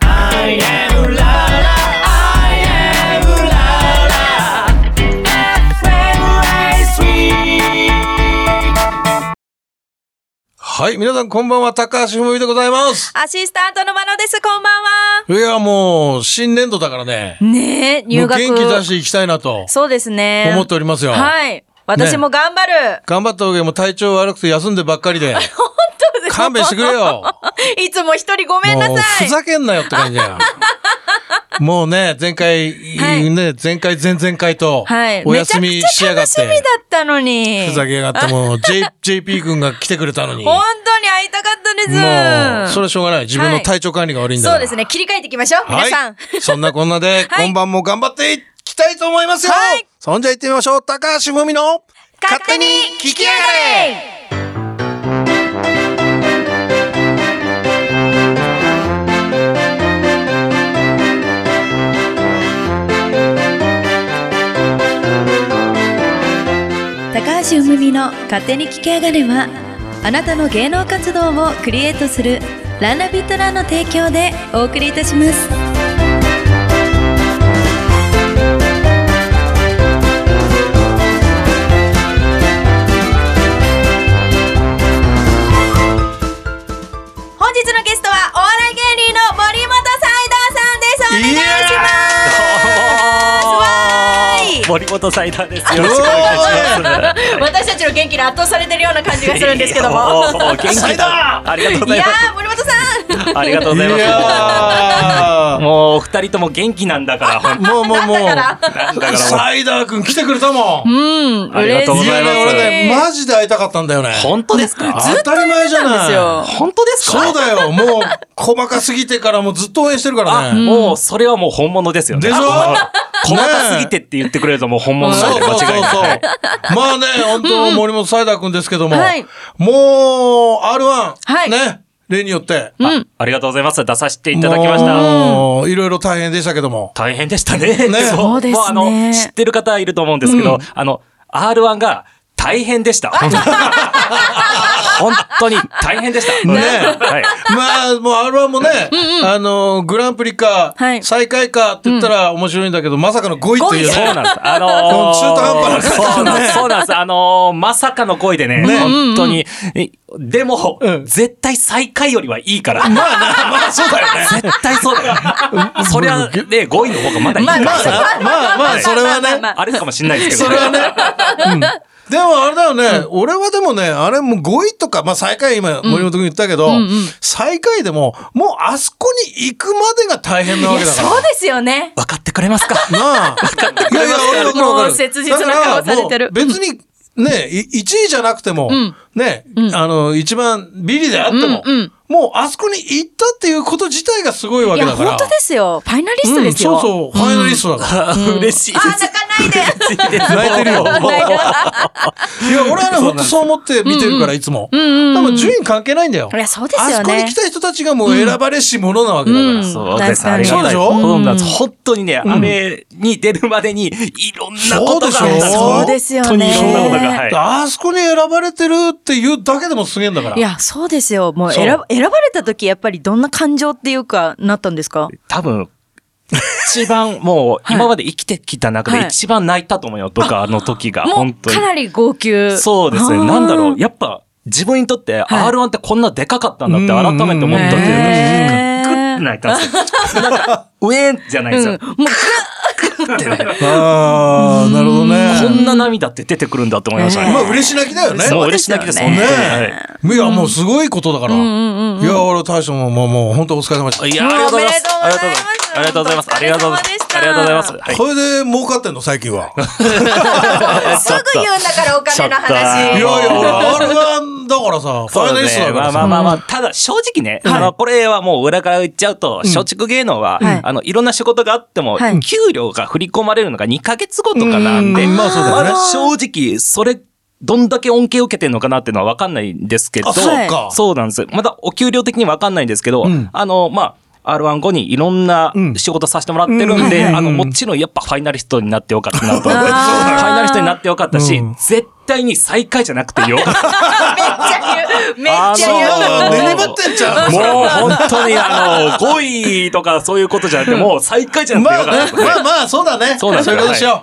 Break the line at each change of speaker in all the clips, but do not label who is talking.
I am la la, I am la la. FM
はい、皆さんこんばんは、高橋文美でございます。
アシスタントのまのです。こんばんはい
や、もう、新年度だからね、も
ねえ、入
う
学。
元気出していきたいなと
そうですね。
思っておりますよ。
はい。私も頑張る。
頑張ったおげも体調悪くて休んでばっかりで、
本当です
勘弁してくれよ。
いつも一人ごめんな
もう、
さ
ふ
い。
ざけんなよって感 じや。もうね、前回、
い
ね、前回、前々回と
はい。、
お休みしやがっ
めちゃくちゃ楽しみ
て、
だったのに。
ふざけやがって、もう、J、JP 君が来てくれたのに、も
本当に会いたかったです。
う、それはしょうがない。自分の
はい
体調管理が悪いんだか
そう
ら
で。すね。切り替えていきましょう。皆さん。
はい、そんなこんなで、
はい
今晩も頑張っていきたいと思いますよ、
はい
そんじゃ行ってみましょう高橋文美の
勝手に聞きやがれ
高橋うむみの勝手に聞き上がれはあなたの芸能活動をクリエイトするランナビットランの提供でお送りいたします
本日のゲストはお笑い芸人の森本サイダーさんです。お願いします。わーい
森本サイダーです。よろしくお願いします。
私たちの元気に圧倒されてるような感じがするんですけども。
おーおー元気
サイダ
だ。ありがとうご
い
ざい
や
ます。
ー森本さん
ありがとうござい
い
ま
や
す。もうお二人とも元気なんだから、ほん
ーもうもうも
だ
う
なんだからも
サイダーくん来てくれたもん、
うん
ありがとうご
い
ざ
や
います
ね俺ねマジで会いたかったんだよね
う。本当ですか。
当たり前じゃ
なんです
ない
よ
本当ですか。
そうだよもう細かすぎてからもうずっと応援してるから
あ、
ね
もうそれはもう本物ですよね。
でしょ
あ細かすぎてって言ってくれるともう本物
そ
なん
う
で
そうそう
間違いない。
そうまあね本当森本サイダーくんですけども、
はい
もう R1、
はい
ね例によって、
あありがとうございます。出させていただきました。
もういろいろ大変でしたけど も。
大変でしたね。
ね
そうですね
もうあの、知ってる方いると思うんですけど、あの、R1 が大変でした。本当に 本当に大変でした。
ね
はい。
まあ、もう R1 もね、あの、グランプリか
は、い
最下位かって言ったら面白いんだけど、まさかの5位という
そう
ね。
なんです。あの
もう
ー、
中途半端な
そうなんです。そうなんです。あのー、まさかの声でね、
ね
本当に。えでも、
うん
絶対最下位よりはいいから。
まあな、まあそうだよね。
絶対そうだよ。そりゃ、ね、5位の方がまだいいか
ま
ら。
あなまあまあ、それは
まあま
ね。
あ
あれかもしんないですけ
そ
ど。
れはね。うんでもあれだよね、俺はでもね、あれもう5位とか、まあ最下位今森本君言ったけど、最下位でも、もうあそこに行くまでが大変なわけだから。
そうですよね
分かってくれますか
なあ。いやいや、俺わかるわかる。
もう切実な顔されてる
だからもう別に、ね、い一位じゃなくても、ね、あの、一番ビリであっても、
うんうん
もうあそこに行ったっていうこと自体がすごいわ
い
け
や
だから。
本当ですよファイナリストですよ、
うん、そうそう、ファイナリストだから。
嬉しいで
あ
す。
泣かないで
泣
泣
いてるよ
泣いてる
いや、俺はね、本当そう思って見てるから、いつも。多分順位関係ないんだよ。
いやそうですよね
あそこに来た人たちがもう選ばれし者なわけだから。
うん
そうです。あり
そう
が
でし
たい。
ょ
そうなんです。本当にね、雨に出るまでに、いろんなことがあったんです
そう
でしょ
本当にいろんなことが。
そうですよね
はい。
あそこに選ばれてるっていうだけでもすげえんだから。
いやそうですよもう
そう
選ば選ばれた時やっぱりどんな感情っていうかなったんですか
多分、一番もう、今まで生きてきた中
は
で
い
一番泣いたと思うよ、とかの時が、
も
本
う
当に
か。なり号泣
そうですね。
あー
なんだろう。やっぱ、自分にとっ
は
て
い
R1 ってこんなでかかったんだって改めて思ったという
へー
か、グッて泣いたんですよ。 なんか、ウェーンじゃないんですよ。
うん、もう
ってね
ああ、なるほどね。
こんな涙って出てくるんだと思いましたね。
まあ嬉し泣きだよね。
そう、嬉し泣きです、本
ね
当に。はい
え。いや、もうすごいことだから。いや、俺、大将も、もう、もう、本当お疲れ様でした。
い
い
や、ありがとうございます。ありがとうございます。
お
あ
疲
り
れ
がとうご
様
ざ
でし
います。
た
ありがとうございます。はい
これで儲かってんの、最近は。い
すぐ言うんだからお金の
や
話
いや、俺、R1 だからさ、フ
そ
ァイ
う
ナ
で
リ
す
ストだ
ね。
か
まあ
ら
ま
さ。
あまあまあ、ただ正直ね、あの、これはもう裏から言っちゃうと、松竹芸能は、あの、いろんな仕事があっても
はい、
給料が振り込まれるのが2ヶ月後とかなんで、
うんまあそうだよね
の正直、それ、どんだけ恩恵を受けてるのかなっていうのは分かんないんですけど、
あ、そうか。
そうなんです。まだお給料的にわかんないんですけど、
ん
あの、まあ、R1 後にいろんな仕事させてもらってるんで、あの、もちろんやっぱファイナリストになってよかったなと。ファイナリストになってよかったし、
うん
絶対に最下位じゃなくてよかった。
めっちゃ言う
めっちゃ嫌だ。
あの根に持ってんじゃん
もう本当にあの、5位とかそういうことじゃなくて、もう最下位じゃなくて
ま
よ
あ
かっ
ね、
たですね
まあまあ、そうだね。
そうなんです
い
よ
うことしよ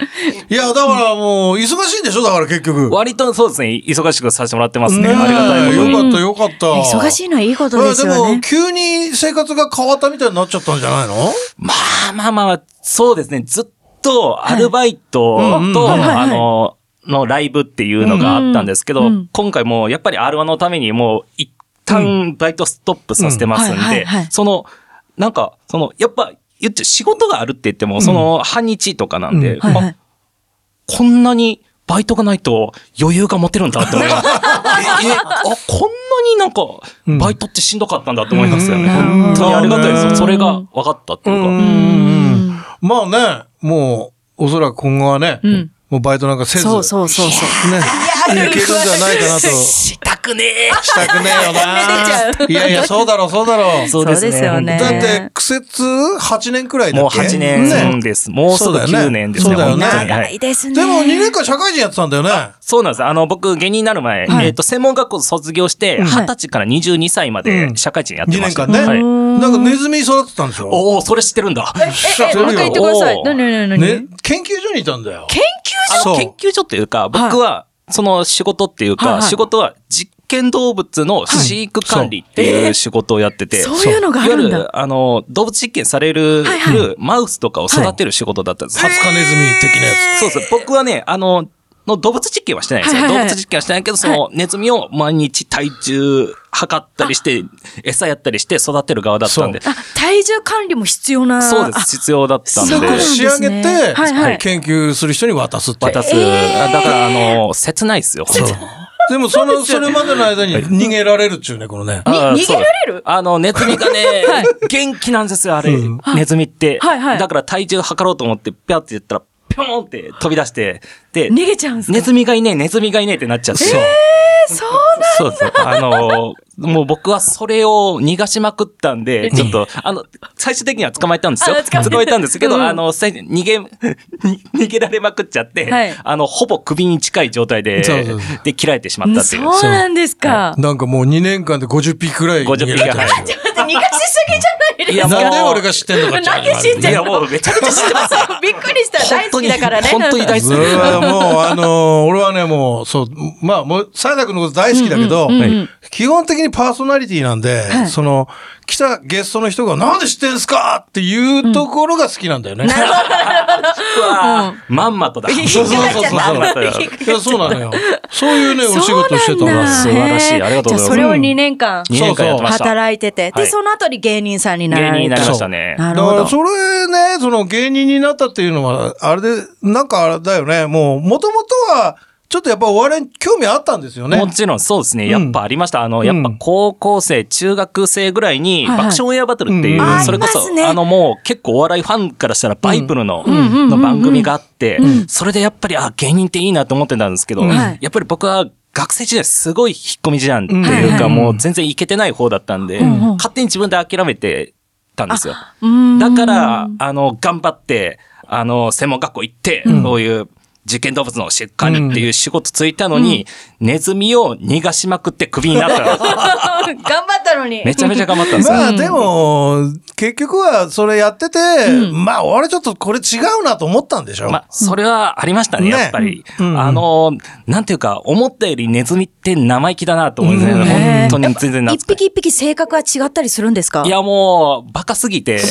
う。いや、だからもう、忙しいんでしょだから結局。
割とそうですね、忙しくさせてもらってます
ね
ね。
え
ありがたいことに。
よかった、よかった。
忙しいのはいいことです
え
よ
で
ね
も、。急に生活が変わったみたいになっちゃったんじゃないの
まあまあまあ、そうですね。ずっとアルバイトと、
はいうんうんはい
はいはい
あの、のライブっていうのがあったんですけど、
うんうん
今回もうやっぱり R1 のためにもう一旦バイトストップさせてますん
うんうんはい
で
はいはい、
その、なんか、その、やっぱ、言って仕事があるって言っても、その半日とかなんで、
うん
はいはい
あ、こんなにバイトがないと余裕が持てるんだって思います。え、えあ、こんなになんか、バイトってしんどかったんだって思いますよね。
うん
本当にありがたいです
うん
よ。それが分かったっていうか。
うん。まあね、もう、おそらく今後はね、
ん
もうバイトなんかせず、
そうそうそうそう。
ね、いけるんじゃないかなと。
したくねえ
したくねえよな。いやいや、そうだろう、そうだろう。
そうですね
そうですよね
だって、苦節8年くらいだ
もう
っけ
8年です。もうすぐ
そうだよね
9年ですね。
そうだよね
本当には
長
い
いですね。
でも2年間社会人やってたんだよね。
そうなんです。あの、僕、芸人になる前、
はい
えっと、専門学校卒業して、
ん
20歳から22歳ま
う
で
ん
社会人やって
2
ま
年
した。
間ね。
はい
なんかネズミ育てたんでしょ
おお、それ知ってるんだ。
知って
え、もう一
る
回言
よ
ってくださ
お
い。
ー
なになになにな
ね
に、
研究所にいたんだよ。
あ
そう
の、研究所というか、僕は、その仕事っていう
はい
か、
はい
仕事は実験動物の飼育管理っていう仕事をやってて、
そうそういうのがあるんだ
いわゆる、あの、動物実験される
はいは、
マウスとかを育てる仕事だったんです。
ハツカネズミ的なやつ。
そうです。僕はね、あの、の動物実験はしてないんですよ。
はいはいはい
動物実験はしてないけど、そのネズミを毎日体重測ったりして、餌やったりして育てる側だったんで。
あ、体重管理も必要な。
そうです。必要だったん
そう
で
なん。です
仕
ね
上げて、
はいはい
研究する人に渡すって。
渡す。あだから、あの、切ないですよ。
そうでもその、それまでの間に逃げられるっちゅうね、このね。
あ
に逃げられる
そうあの、ネズミがね、 元気なんですよ、あれ。ネズミって。
はいはい
だから体重測ろうと思って、ぴゃって言ったら、ぴょんって飛び出して、で、
逃げちゃうんですか
ネズミがいねえ、ネズミがいねえってなっちゃって。
そう
そうそう。あのー、もう僕はそれを逃がしまくったんで、ちょっと、あの、最終的には捕まえたんですよ。
あ捕まえた
捕まえたんですけど、
うん
あの、せ逃げ、 に逃げられまくっちゃって、
はい
あの、ほぼ首に近い状態で
そうそうそ、
で、切られてしまったっていう。
そうなんですか。
なんかもう2年間で50匹くらい逃
50
げ
匹
られ
が。
た。
はい
逃がしすぎじゃないです
いやもう
なんで俺が知ってんのかって
なんで知っ
いや、もうめちゃめちゃ知ってます。
か。びっくりした。大好きだからね。
本当に大好き
そ。れはもう、あのー俺はね、もう、そう、まあ、もう、サイダ君のこと大好きだけど、基本的にパーソナリティなんで、その、来たゲストの人が、なんで知ってんすかっていうところが好きなんだよね。
うわーまんま とだ。
そうそうそうそう
まんまとだ
いや、そうなのよ。そういうね、お仕事してた
そうなんだ
の。
素晴らしい
へー
ありがとうございます
じゃあそれを2年間
二年間やってました。
働いてて、
は
で、
い
その後に芸人さんになられ
芸
た。
人になりましたね。
なる
だ
ほ
から
ど。
それね、その芸人になったっていうのは、あれで、なんかあれだよね、もう、もともとは、ちょっとやっぱお笑いに興味あったんですよね。
もちろんそうですね。やっぱありました。あの、やっぱ高校生、中学生ぐらいに
はい
爆笑オンエアバトルっていう、
うん
うん
それこ
あり
そ、
ますね
あのもう結構お笑いファンからしたらバイブルの、の番組があって、それでやっぱり、あ、芸人っていいなと思ってたんですけど、
ん
やっぱり僕は学生時代すごい引っ込み思案っていう
う
か、
ん
もう全然いけてない方だったんで、
んうん
勝手に自分で諦めてたんですよ。
うん
だ から、あの、頑張って、あの、専門学校行って、そういう、実験動物の出荷にっていう仕事ついたのに、ネズミを逃がしまくってクビに なった。
頑張ったのに。
めちゃめちゃ頑張ったんですよ。
まあでも、結局はそれやってて、まあ俺ちょっとこれ違うなと思ったんでしょ。
まあ、それはありましたね、
ね
やっぱり。
うん
あの、なんていうか、思ったよりネズミって生意気だなと思うんです
うん
ね。
ね
本当に全然懐
一
かし
匹一匹性格は違ったりするんですか
い。いや、もう、バカす ぎて、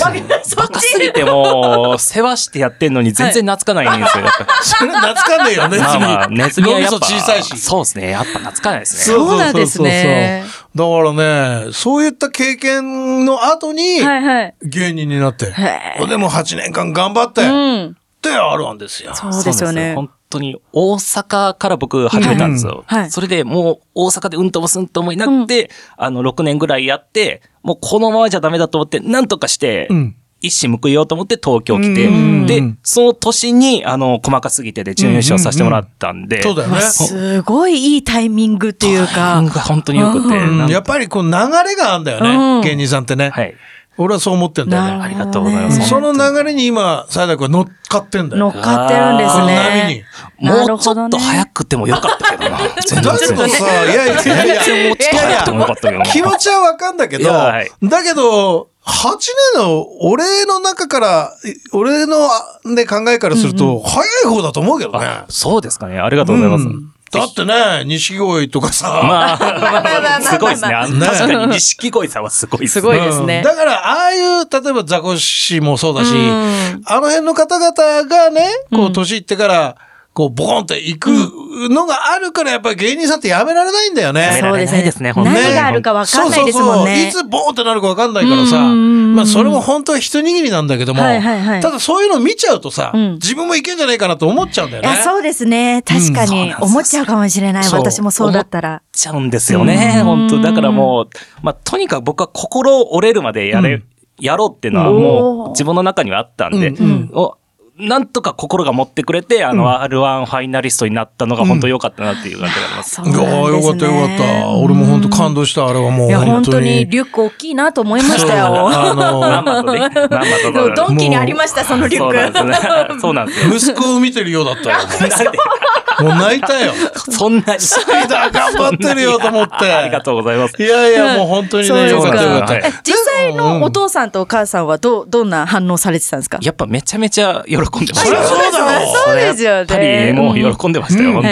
バカすぎてもう、世話してやってんのに全然懐かないんですよ。やっぱり
それ 懐かねえよね、
まあま あ、
ネズミ
ネズミはやっぱ、
脳みそ小さいし
そうですね。やっぱ懐かないですね。
そうなんですね
そうそうそうそう。だからね、そういった経験の後に、
はいはい。
芸人になって
へ。
でも8年間頑張って、
うん。
ってあるんですよ。
そうですよね。
本当に大阪から僕始めたんですよ。
うんはい
それでもう大阪でうんともすんともいなくて、あの6年ぐらいやって、もうこのままじゃダメだと思って、なんとかして、
うん
一矢報いようと思って東京来て、
うん
で、その年に、あの、細かすぎてで準優勝させてもらったんで、
そうだよね。
すごいいいタイミングっていう
タイミン
か
グ。が本当に良くて、
うん
なんか
やっぱりこう流れがあるんだよ
うん
ね、芸人さんってね。
はい。
俺はそう思ってんだよね。
ありがとうございま
うん
す。
その流れに今、サイダ君は乗っかってんだ
乗っ
よ。
かってるんですね。
も
な
う
る
ち
ほ
ょ
ど
っ
ね
と早くてもよかったけどな。全
だけど
然。
さ、いやいやいやいや、
もうちょっと早くてもよかったけどな。
気持ちはわかんだけど、
いやはい
だけど、8年の俺の中から、俺のあね考えからすると、早い方だと思うけどね。
あそうですかね。ありがとうございます。
うんだってね、錦鯉とかさ、
まあ、まあまあまあすごいですね。あの
ね
確かに、錦鯉さんはすごいで
す
すね
ご。いですね
うん。だから、ああいう、例えばザコシもそうだし、あの辺の方々がね、こう、年いってから、こう、ボコンって行くのがあるから、やっぱり芸人さんってやめられないんだよね。
やめられないですね本当
何
に
があるかわかんないですもんね。
そうそうそういつボーンってなるかわかんないからさ、まあそれも本当は一握りなんだけども、
はいはいはい
ただそういうの見ちゃうとさ、
ん
自分もいけんじゃないかなと思っちゃうんだよ
い
ね。
や、そうですね。確かに、思っちゃうかもしれない。
そう
私もそうだったら。
ちゃうんですよね。本当だからもう、まあ、とにかく僕は心折れるまでやれ、
うん
やろうっていうのは
お
もう
ー
自分の中にはあったんで、
うんうん
おなんとか心が持ってくれて、あの、R1 ファイナリストになったのが本当良かったなっていう感じがあります。
そう
い
なん
や
ですね
ーよかったよかった。俺も本当感動した、あれはもう。
いや、本当にリュック大きいなと思いましたよ。
あ
ま
の、
んまとね、まんまと
でもドン
ね。
キにありました、そのリュ
そうな
ッ
んです
ク。
ね。そうなんですよ。
息子を見てるようだったよ。
なんで
もう泣いたよ。
そんなに。
リーダー頑張ってるよと思って。
ありがとうございます
い。やいや、もう本当に
そう
ね、
です
よ
か
かったよかっ
は
た
い。
実際のお父さんとお母さんはどう、どんな反応されてたんですか
やっぱめちゃめちゃ喜んでまし
そり
た
ゃ。そうだろう。
そうですよね
やっぱりもう喜んでましたよ、本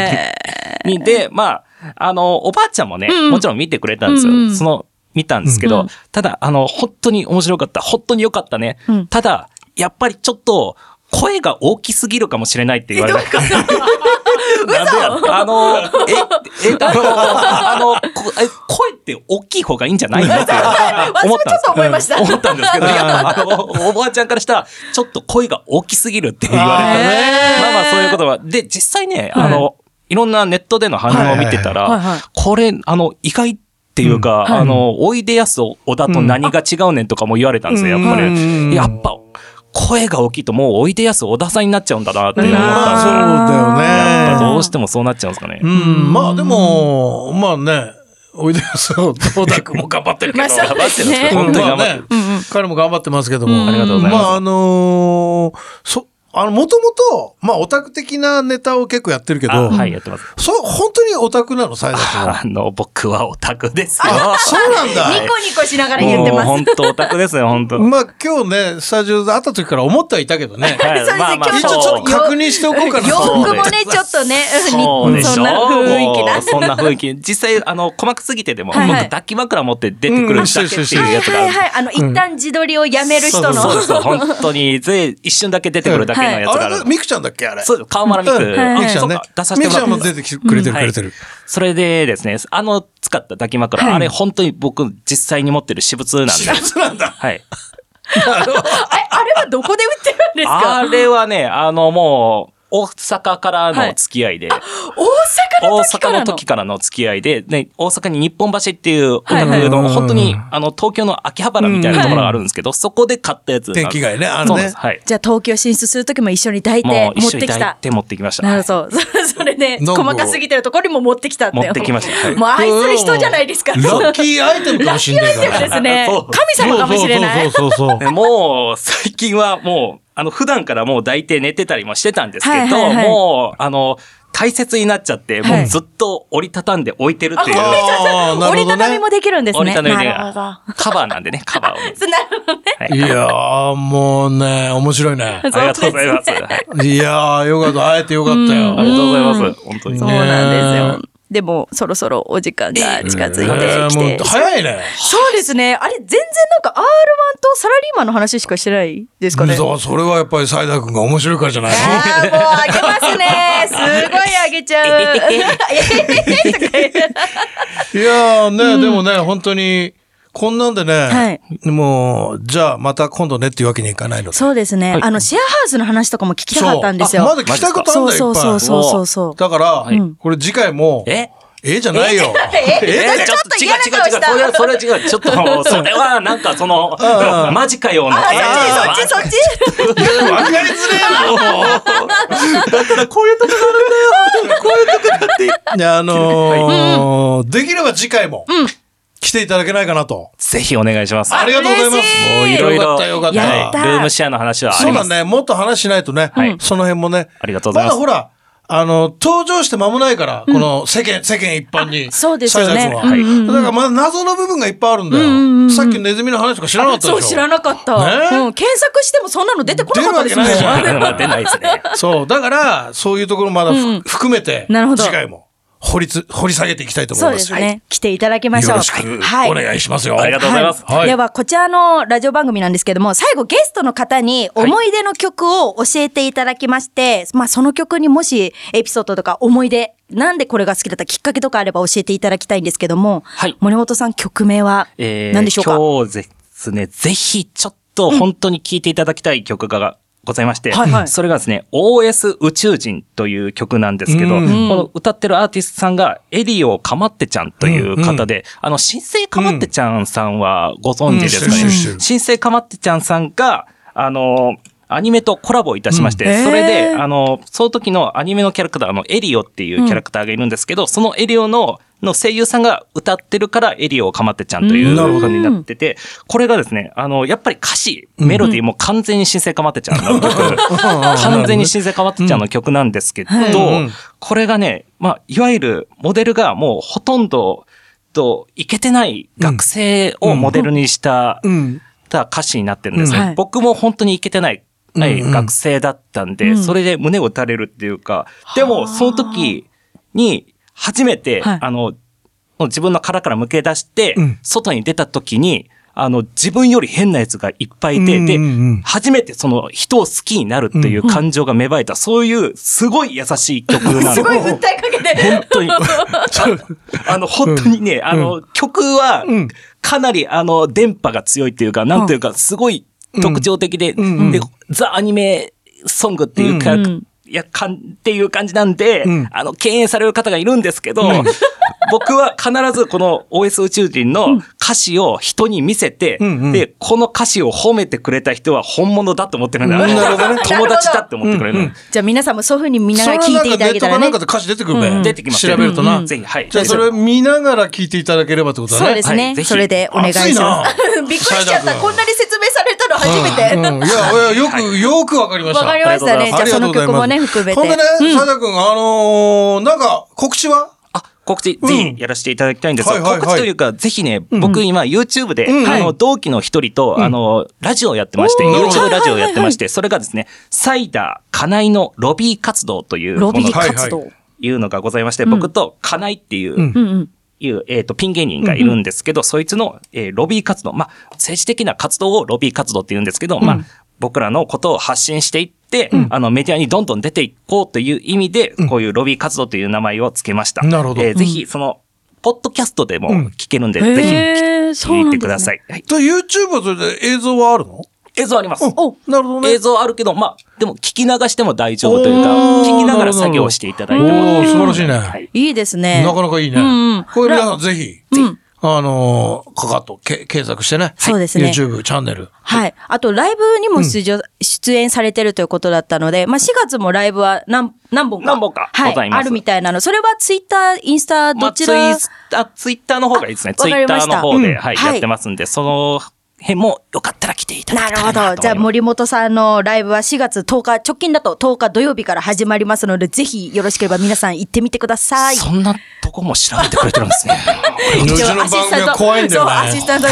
当に。で、まあ、あの、おばあちゃんもね、もちろん見てくれたんですよ。その、見たんですけど、ただ、あの、本当に面白かった。本当に良かったね。ただ、やっぱりちょっと、声が大きすぎるかもしれないって言われた。なんであの、え、え、あの、あの、こえ声って大きい方がいいんじゃないの って
私もちょっと思いました。
思ったんですけど、いや、あの、おばあちゃんからしたら、ちょっと声が大きすぎるって言われた
あーね
まあまあそういうことは。で、実際ね、あの、いろんなネットでの反応を見てた
はいはいはいはい
ら
はい、
これ、あの、意外っていうか、あの、おいでやす小田と何が違うねんとかも言われたんですよ、やっぱ
うん
り。やっぱ、声が大きいともうおいでやす小田さんになっちゃうんだなって思ったんですよね。
まあそうだよね
やっぱどうしてもそうなっちゃうんですかね。
うん、まあでも、まあね、おいでやす小田君も頑張ってるけど、
まあそうですね
本当に頑張って
ね、彼も頑張ってますけども。
ありがとうございます
まああのーそ、あの、もともと、まあオタク的なネタを結構やってるけど、
あはい、やってます。
そう、本当にオタクなの、サイダ君は。
あの、僕はオタクですよ。
あ、そうなん
ニ
だ。
コニコしながら言って
もう
ます。
本当オタクですよ、本当。
まあ今日ね、スタジオで会った時から思ってはいたけどね。
はい
そうですね
まあまあ
今日
一応ちょっと確認しておこうかな
洋
と
服
思
よ
も
って。
く
ね、ちょっとね、
そうでしょ
そんな雰囲気
も
な
う。そんな雰囲気。実際、あの、細かすぎてでも、
はいはい
僕抱き枕持って出てくるだけっていうやつがあ
はい
る。
はい、あの、一旦自撮りをやめる人
そう
の
で。すよ、本当に。ぜ一瞬だけ出てくるだけのやつがあ
あ
る。
れ、ミクちゃんだっけあれ。
そうです、川村ミク。
うん
あ
ミクちゃんね
そうか出。させ
ミ
て
クちゃん
もらってま
も出
す
てきてくれてる、
は
く
い
れてる。
それでですね、あの、使った抱き枕、あれ本当に僕、実際に持ってる 私物なんで。
そうなんだ。
はい。
え、 あれはどこで売ってるんですか
あれはね、あの、もう、大阪からの付き合いで。
大阪
大
の時か
阪
ら
の
の
時からの付き合いで、ね、大阪に日本橋っていうお宅
はい
の、本当に、あの、東京の秋葉原みたいなところがあるんですけど、そこで買ったやつなんです。
天気街ねあのね
そうなんですはい。
じゃあ東京進出する時も一緒に抱いて
もう
持
一
っ
緒に
てき
抱い
た。
て持ってきました。
なるほど。 そそれで、
なん
細
か
かすぎてるところにも持ってきたって。
持ってきましたはい
もう愛する人じゃないですか。
ラッキーアイテムかもしれないか
そうで
ら。
すね
そう。
神様かもしれない。
そうそうそうそうそう。
でもう、最近はもう、あの、普段からもう抱いて寝てたりもしてたんですけど、
はいはいはい
もう、あの、大切になっちゃって、もうずっと折りたたんで置いてるっていう、
あーな
折り
るほど
たた
ね
みもできるんですね。
折りたたみで、
なるほど。な
カバーなんでね、カバ ーを。
るほどね。
はい
いやー、もうね、面白いね。
ありがとうございます。はい
いやー、よかった。会えてよかったよ。
ありがとうございます。本当に。
そう
ね
なんですよ。でも、そろそろお時間が近づいてき
えーも
て
う。早いね。
そうですね。あれ、全然なんか R1 とサラリーマンの話しかしてないですかね。
そうそれはやっぱり斉田君が面白いからじゃないの
あーもうあげますね。すごいあげちゃう。
いやーね、でもね、本当に、こんなんでね、
はい
もう、じゃあまた今度ねっていうわけにいかないの で。
そうですね。あの、シェアハウスの話とかも聞きたかったんですよ。
そうあまだ聞きたいことあるん
そうそ
だよ、いうっぱい。
そうそうそうそう。
だから、
い
これ次回も、
え
えじゃないよ。
え
えなんか
ち
ち
ょ
ょ
っ
っ
と
と
違う
嫌な顔
違う違う。
した
それは、それは違う。ちょっと、 それは、なんか、その、マジかよの。
あ、そっちそっちそっち。
わかりづれ
だから、こういうとこ
えな。あのーできれば次回も、来ていただけないかなと。
ぜひお願いします。
ありがとうございます。
もういろい
よか
ろ、
ったよかった
はいルームシェアの話はあ
そ
り
う
ま
だ
す。
ね。もっと話しないとね。
はい
その辺もね。
ありがとうございます
まだほら、あの、登場して間もないから、この世間、世間一般に。
そうですよね
サイダー君は
うんうんうん
だからまだ謎の部分がいっぱいあるんだ
うんうんうんうん
よ。さっきのネズミの話とか知らなかったでしょ
そう、知らなかった。
ね
うん。検索してもそんなの出てこなかったですもん
出るわけないじゃん
まあ出ないですね。
そう。だから、そういうところまだふ
うん
含めて、
なるほど
次回も掘りつ、掘り下げていきたいと思い
そう
ま。
ですすね。来ていただき
は
ま
い。
しょう。
よろしく
はい
お願いしますよ。
ありがとうございます。
はい
では、こちらのラジオ番組なんですけども、最後ゲストの方に思い出の曲を教えていただきまして、まあその曲にもしエピソードとか思い出、なんでこれが好きだったきっかけとかあれば教えていただきたいんですけども、
はい
森本さん曲名は
えー
何でしょうか、
今日ですね、ぜひちょっと本当に聴いていただきたい曲がございまして、
はいはい
それがですね、OS 宇宙人という曲なんですけど、
うん
この歌ってるアーティストさんがエリオ・カマッテちゃんという方で、あの、新生カマッテちゃんさんはご存知ですかね。
うんうん知ってる知ってる
新生かまってちゃんさんが、あの、アニメとコラボいたしまして、
うん
それ
へ
で、
ー
あの、その時のアニメのキャラクター、あの、エリオっていうキャラクターがいるんですけど、そのエリオの、の声優さんが歌ってるから、エリオかまってちゃんという
なるほど
感じになってて、これがですね、あの、やっぱり歌詞、メロディーも完全に新生かまってちゃんの曲、 完全に新生かまってちゃんの曲なんですけど、
うん
これがね、まあ、いわゆるモデルがもうほとんど、と、いけてない学生をモデルにした、
うん。
った歌詞になってるんですね。
うんはい
僕も本当にいけてない、はい
うんうん
学生だったんで、
うん
それで胸を打たれるっていうか、でも、その時に、初めて、
はい
あの、自分の殻から抜け出して、
うん
外に出た時に、あの、自分より変なやつがいっぱいいて、
うんうんうん
で、初めてその人を好きになるっていう感情が芽生えた、そういうすごい優しい曲な の。
すごい訴えかけて、
本当 に。あの、本当にね、あの、曲は
うん、
かなり、あの、電波が強いっていうか、なんというか、すごい特徴的で、
んうん
で、ザ・アニメソングっていうか、
うんうん
いや、かん、っていう感じなんで、
ん
あの、敬遠される方がいるんですけど、 僕は必ずこの OS 宇宙人の歌詞を人に見せて、
んうん
で、この歌詞を褒めてくれた人は本物だと思ってるんだ、
うんなるほどね
友達だって思ってくれる、
じゃあ皆さんもそういうふうに見ながら聞いていただけたら
それ
ね
はなんかネットかなんかで歌詞出てくるべ。
出てきます
調べると
う。
なん
ぜひ、はい。
じゃあそれ見ながら聞いていただければってことだね。
そうです
は
ね、
いぜひ
それでお願いし
熱いな
ますびっくりしちゃっ
斉田
た
君
こんなに説明されたの初めて、
うんいや、いやよく、よくわかりました。
わかりましたね。じゃ
あ
あ
り
そ
がと
の
うござい
曲
ます
もね、含めて。
ほんでね、サダ君、あのー、なんか、告知は
あ、告知、
ん
ぜひやらせていただきたいんですが、
はいはいはい
告知というか、ぜひね、僕今 YouTube で、
うん
あ
は
の、同期の一人と、あの、ラジオをやってまして、
おー
YouTube ラジオをやってまして、それがですね、サイダー、カナイのロビー活動という
ロ
も
ビ
の
ー
が、
活動。
はい
いうのがございまして、僕とカナイっていう、
ん
うんうん。
いう、えっ、と、ピン芸人がいるんですけど、そいつの、えーロビー活動、まあ、政治的な活動をロビー活動って言うんですけど、まあ、僕らのことを発信していって、あの、メディアにどんどん出ていこうという意味で、こういうロビー活動という名前を付けました。
なるほど
えーぜひ、その、ポッドキャストでも聞けるんで、
うん
ぜひ
へー
聞いてください。はい、
と YouTube はそれで映像はあるの
映像あります。
なるほどね。
映像あるけど、まあ、でも聞き流しても大丈夫というか、
おー
聞きながら作業していただいて
お
も
ー、素晴らしい
は
ね。
い
いいですね。
なかなかいい
うんう
ね
ん。
これ皆さんぜひ
うん、
あのー、かかと、け検索してね。
そうですね
YouTube チャンネル。
はい。あと、ライブにも出場、出演されてるということだったので、まあ、4月もライブは何、何本か。
何本か
はい。
ございます
あるみたいなの。それはツイッター、インスタ、
ま
ど
あ、
ち
ツイ
ら、
スタツイッターの方がいいですね。
あわ
ツイ
かり
ッタ
まし
ー
た
の方
う
で、
ん
はい、
はい
やってますんで、その辺もよかったら来ていただ
な
き
る
たい
ほ
なと思いま
ど。
す。
じゃあ、森本さんのライブは4月10日、直近だと10日土曜日から始まりますので、ぜひよろしければ皆さん行ってみてください。
そんなとこも調べてくれてる んですね。
うちの番組は怖いんだよね
そう、アシスタン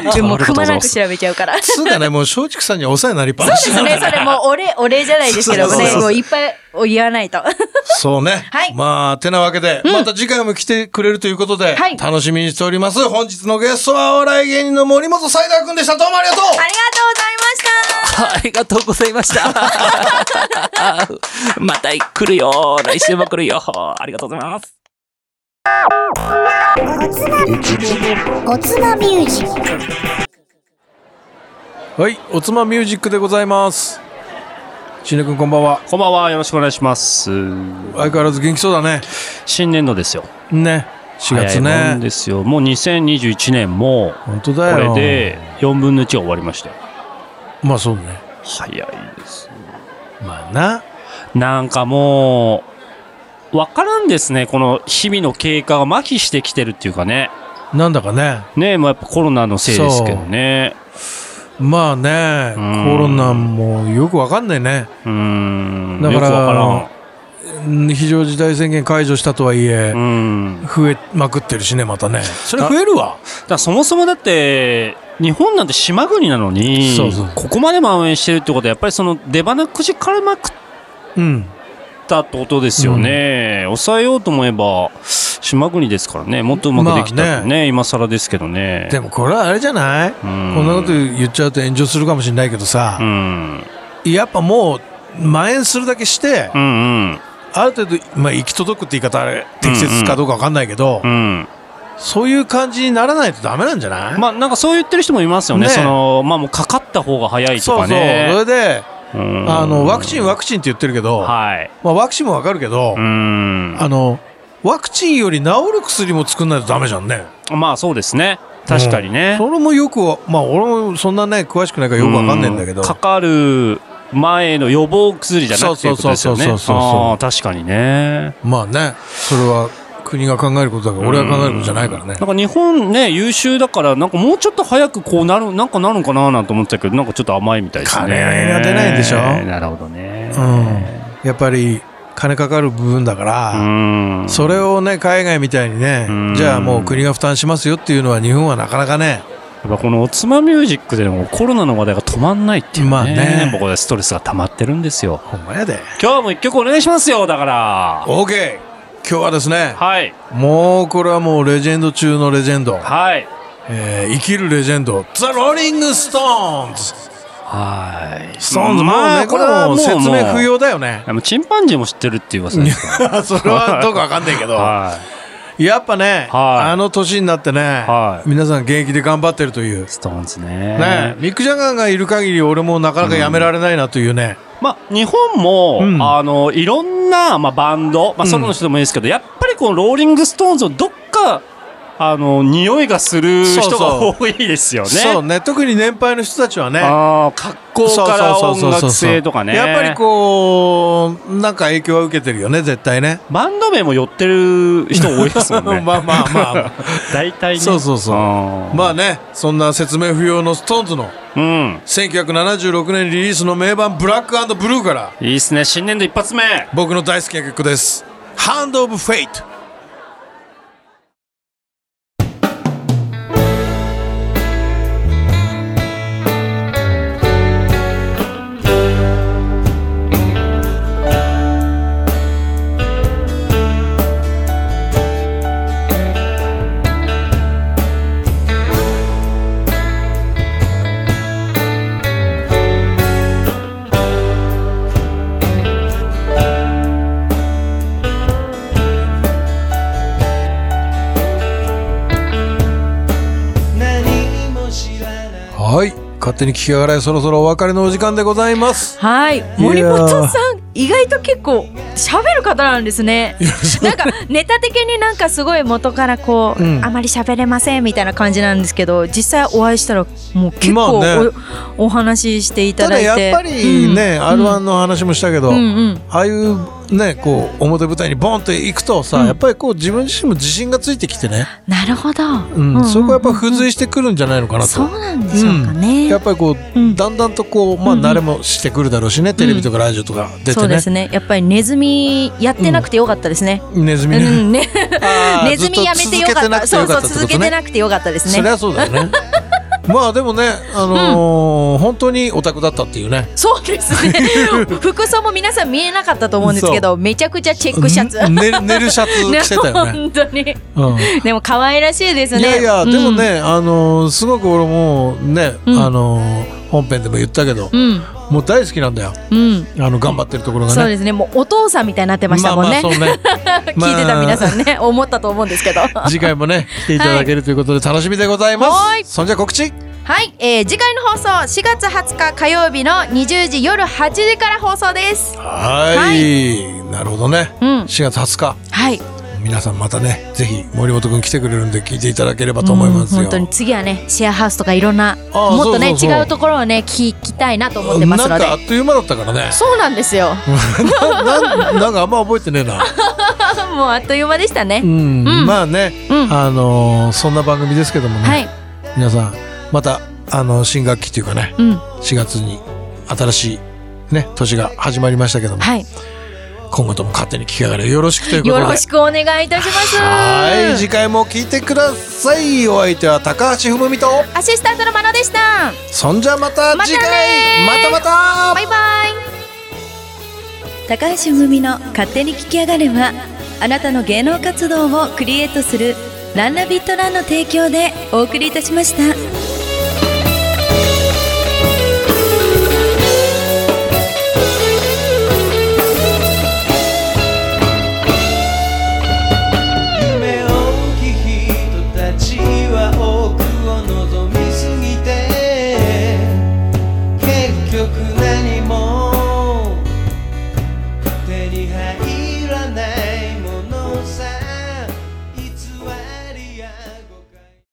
トが。 でも、くまなく調べちゃうから。
つうかね、もう松竹さんにはお世話になりっぱ
そう
な
で
し。
す ね。それもうお礼、お礼じゃないですけども
そうそう
ね。
そう
もういっぱいお言わない と。
そうね。
はい
まあ、てなわけで、また次回も来てくれるということで
はい、
楽しみにしております。本日のゲストはお笑い芸人の森本斉田君でした。どうもありがとう
ありがとうございました。
ありがとうございました。 また来るよ。来週も来るよ。ありがとうございます。
おつまミュージック
はい、おつまミュージックでございます。しねくんこんばんは。
こんばんは、よろしくお願いします。
相変わらず元気そうだね。
新年度ですよ。
ね。4月
早いもん
ね。
ですよ。もう2021年も、
本当
こ
だよ。
れで4分の1が終わりましたよ。
まあそうね。
早いです。
まあな。
なんかもう、わからんですね。この日々の経過が麻痺してきてるっていうかね。
なんだかね。
ねもうやっぱコロナのせいですけどね。
まあね、
うん
コロナもよくわかんないね。
うーん。
だから
よくわからん。
うん非常事態宣言解除したとはいえ、
うん。だ
増えまくってるしね、またね。それ増えるわ。
からそもそもだって、日本なんて島国なのに、
そうそう
ここまで蔓延してるってことは、やっぱりその出花くじからまくっ
うん。
たってことですよね。抑えようと思えば、島国ですからね、もっとうまくできたら
まあ
ね、今更ですけどね。
でもこれはあれじゃないこ
うん
んなこと言っちゃうと炎上するかもしれないけどさ
う、ん。
やっぱもう、蔓延するだけして
う、ん
ある程度、まあ、行き届くって言い方あれ、適切かどうかわかんないけど
うん。う、ん。
そういう感じにならないとダメなんじゃない
まあなんかそう言ってる人もいますよね。
ね
その、まあもうかかった方が早いと
そうそう。そ
か
れ
ね。
で、
うん
あの、ワクチンワクチンって言ってるけど、
はい。
まあ、ワクチンもわかるけど
う、ん。
あの、ワクチンより治る薬も作んないとダメじゃんね。
まあそうですね。確かにね。
それもよくわ、まあ俺もそんなね、詳しくないからよくわかんないんだけど
う。かかる前の予防薬じゃなくてってことです
そうそうそう
よね。
そうそうそう
ああ確かにね。
まあね、それは国が考えることだから、俺が考えることじゃないからね
な。んか日本ね、優秀だから、なんかもうちょっと早くこうなる、なんかなるんかななんて思ってたけど、なんかちょっと甘いみたいですね。
金が出ないんでしょ
なるほどね。
うん。やっぱり、金かかる部分だから、
うん。
それをね、海外みたいにね
う、ん
じゃあもう国が負担しますよっていうのは日本はなかなかね、
やっぱこのおつまミュージックでもコロナの話題が止まんないっていうね。
まあね
ここでストレスが溜まってるんですよ。
ほんまやで。
今日も一曲お願いしますよ、だから。
OK! 今日はですね、
はい。
もうこれはもうレジェンド中のレジェンド、
はい。
えー生きるレジェンド、ザ・ローリング・ストーンズ
はい。
ストーンズもう
ま
ね、
あ
これはもう説明不。
も
要だよ ね。
うもうチンパンジーも知ってるっていう噂ですか
それはどうかわかんないけど
ら。、 は
やっぱね、
はい
あの年になってね、
はい
皆さん現役で頑張ってるという
い。。ストーンズね。
ね、ミック・ジャガーがいる限り俺もなかなかやめられないなというね、
まあ、日本も、
うん
あの、いろんな、まあ、バンド、まあ、ソロの人でもいいですけど、やっぱりこのローリング・ストーンズをどっか、あの、匂いがする
そう
人
そう
が多いですよね。
そうね特に年配の人たちはね
ああ、格好から音楽性とかね。
やっぱりこうなんか影響は受けてるよね絶対ね
バンド名も寄ってる人多いです もんね。
まあまあまあ
大体ね。
そうそうそう
あ
まあねそんな説明不要の SixTONES の
あ、うん。
1976年リリースの名盤「ブラックブルー」から
いいっすね。新年度一発目。
僕の大好きな曲です「Hand of Fate」はい勝手に聞きやがれそろそろお別れのお時間でございます
はい森本さん意外と結構喋る方なんですねなんかネタ的になんかすごい元からこう、
うん
あまり喋れませんみたいな感じなんですけど実際お会いしたらもう結構お,、
まあね
お話ししていた
た
だ
だ
いて
やっぱりね、
うん
r 1の話もしたけど、
うんうん
ああいうねこう表舞台にボンって行くとさ、やっぱりこう自分自身も自信がついてきてね、
なるほど、
う
うんんうん
そこはやっぱ付随してくるんじゃないのかなと。
そうなんでしょうかね、
うんやっぱりこう、
うん
だんだんとこうまあ
うんうん
慣れもしてくるだろうしね、テレビとかラジオとか出
そ
て
うで
ね、
すねやっぱりネズミやってなくてよかったですね、
ネズ
う
ミね、
ん ね
あー
ネズミやめてよかった
ずと続けてなくてよかっ
そ
た
う
っ
そう続
てこと
けてなくてよかったです
ねそり
ね
ゃそうだ よねまあでもねあのー本当にオタクだったっていうね
そう ですね服装も皆さん見えなかったと思うんですけどめちゃくちゃチェックシャツ
うん寝る寝るシャツ着てたよ ね、
本当に
うん
でも可愛らしいですね
いやいや、でもね、あのーすごく俺もね、
うん
あのー本編でも言ったけど、
うん
もう大好きなんだよ。
うん、
あの頑張ってるところが
そう
ね。
ですねもうお父さんみたいになってまし
ま
た
あ
もん
まあ
ね、
そうね。まあ
聞いてた皆さんね思ったと思うんですけ ど
次回もね、来ていただけるということで楽しみでございます。
はい
そんじゃ告知
はい、えー次回の放送4月20日火曜日の20時夜8時から放送です
はいなるほどね。
うん
4月20日。
はい
皆さんまたね、ぜひ森本くん来てくれるんで聞いていただければと思いますよ。
うん本当に次はねシェアハウスとかいろんな
あー
もっとね
そうそうそう
違うところをね聞きたいなと思ってます
な
の
ん
で。
かあっという間だったからね
そうなんですよ
ななんなんかあんま覚えてねえな。
もうあっという間でしたね。
うん、
うん
まあね、
うん
あのーそんな番組ですけどもね、
はい。
皆さんまたあの新学期というかね、
うん。
4月に新しいね年が始まりましたけども、
はい。
今後とも勝手に聞き上がれよろしくということ
よ
で。
ろしくお願いいたします。
はい、次回も聞いてください。お相手は高橋文美と、
アシスタントのまなでした。
そんじゃまた次回、またまた
バイバイ。
高橋文美の勝手に聞き上がれはあなたの芸能活動をクリエイトするランナビットランの提供でお送りいたしました。
夢をき人たちは奥を望みすぎて結局何も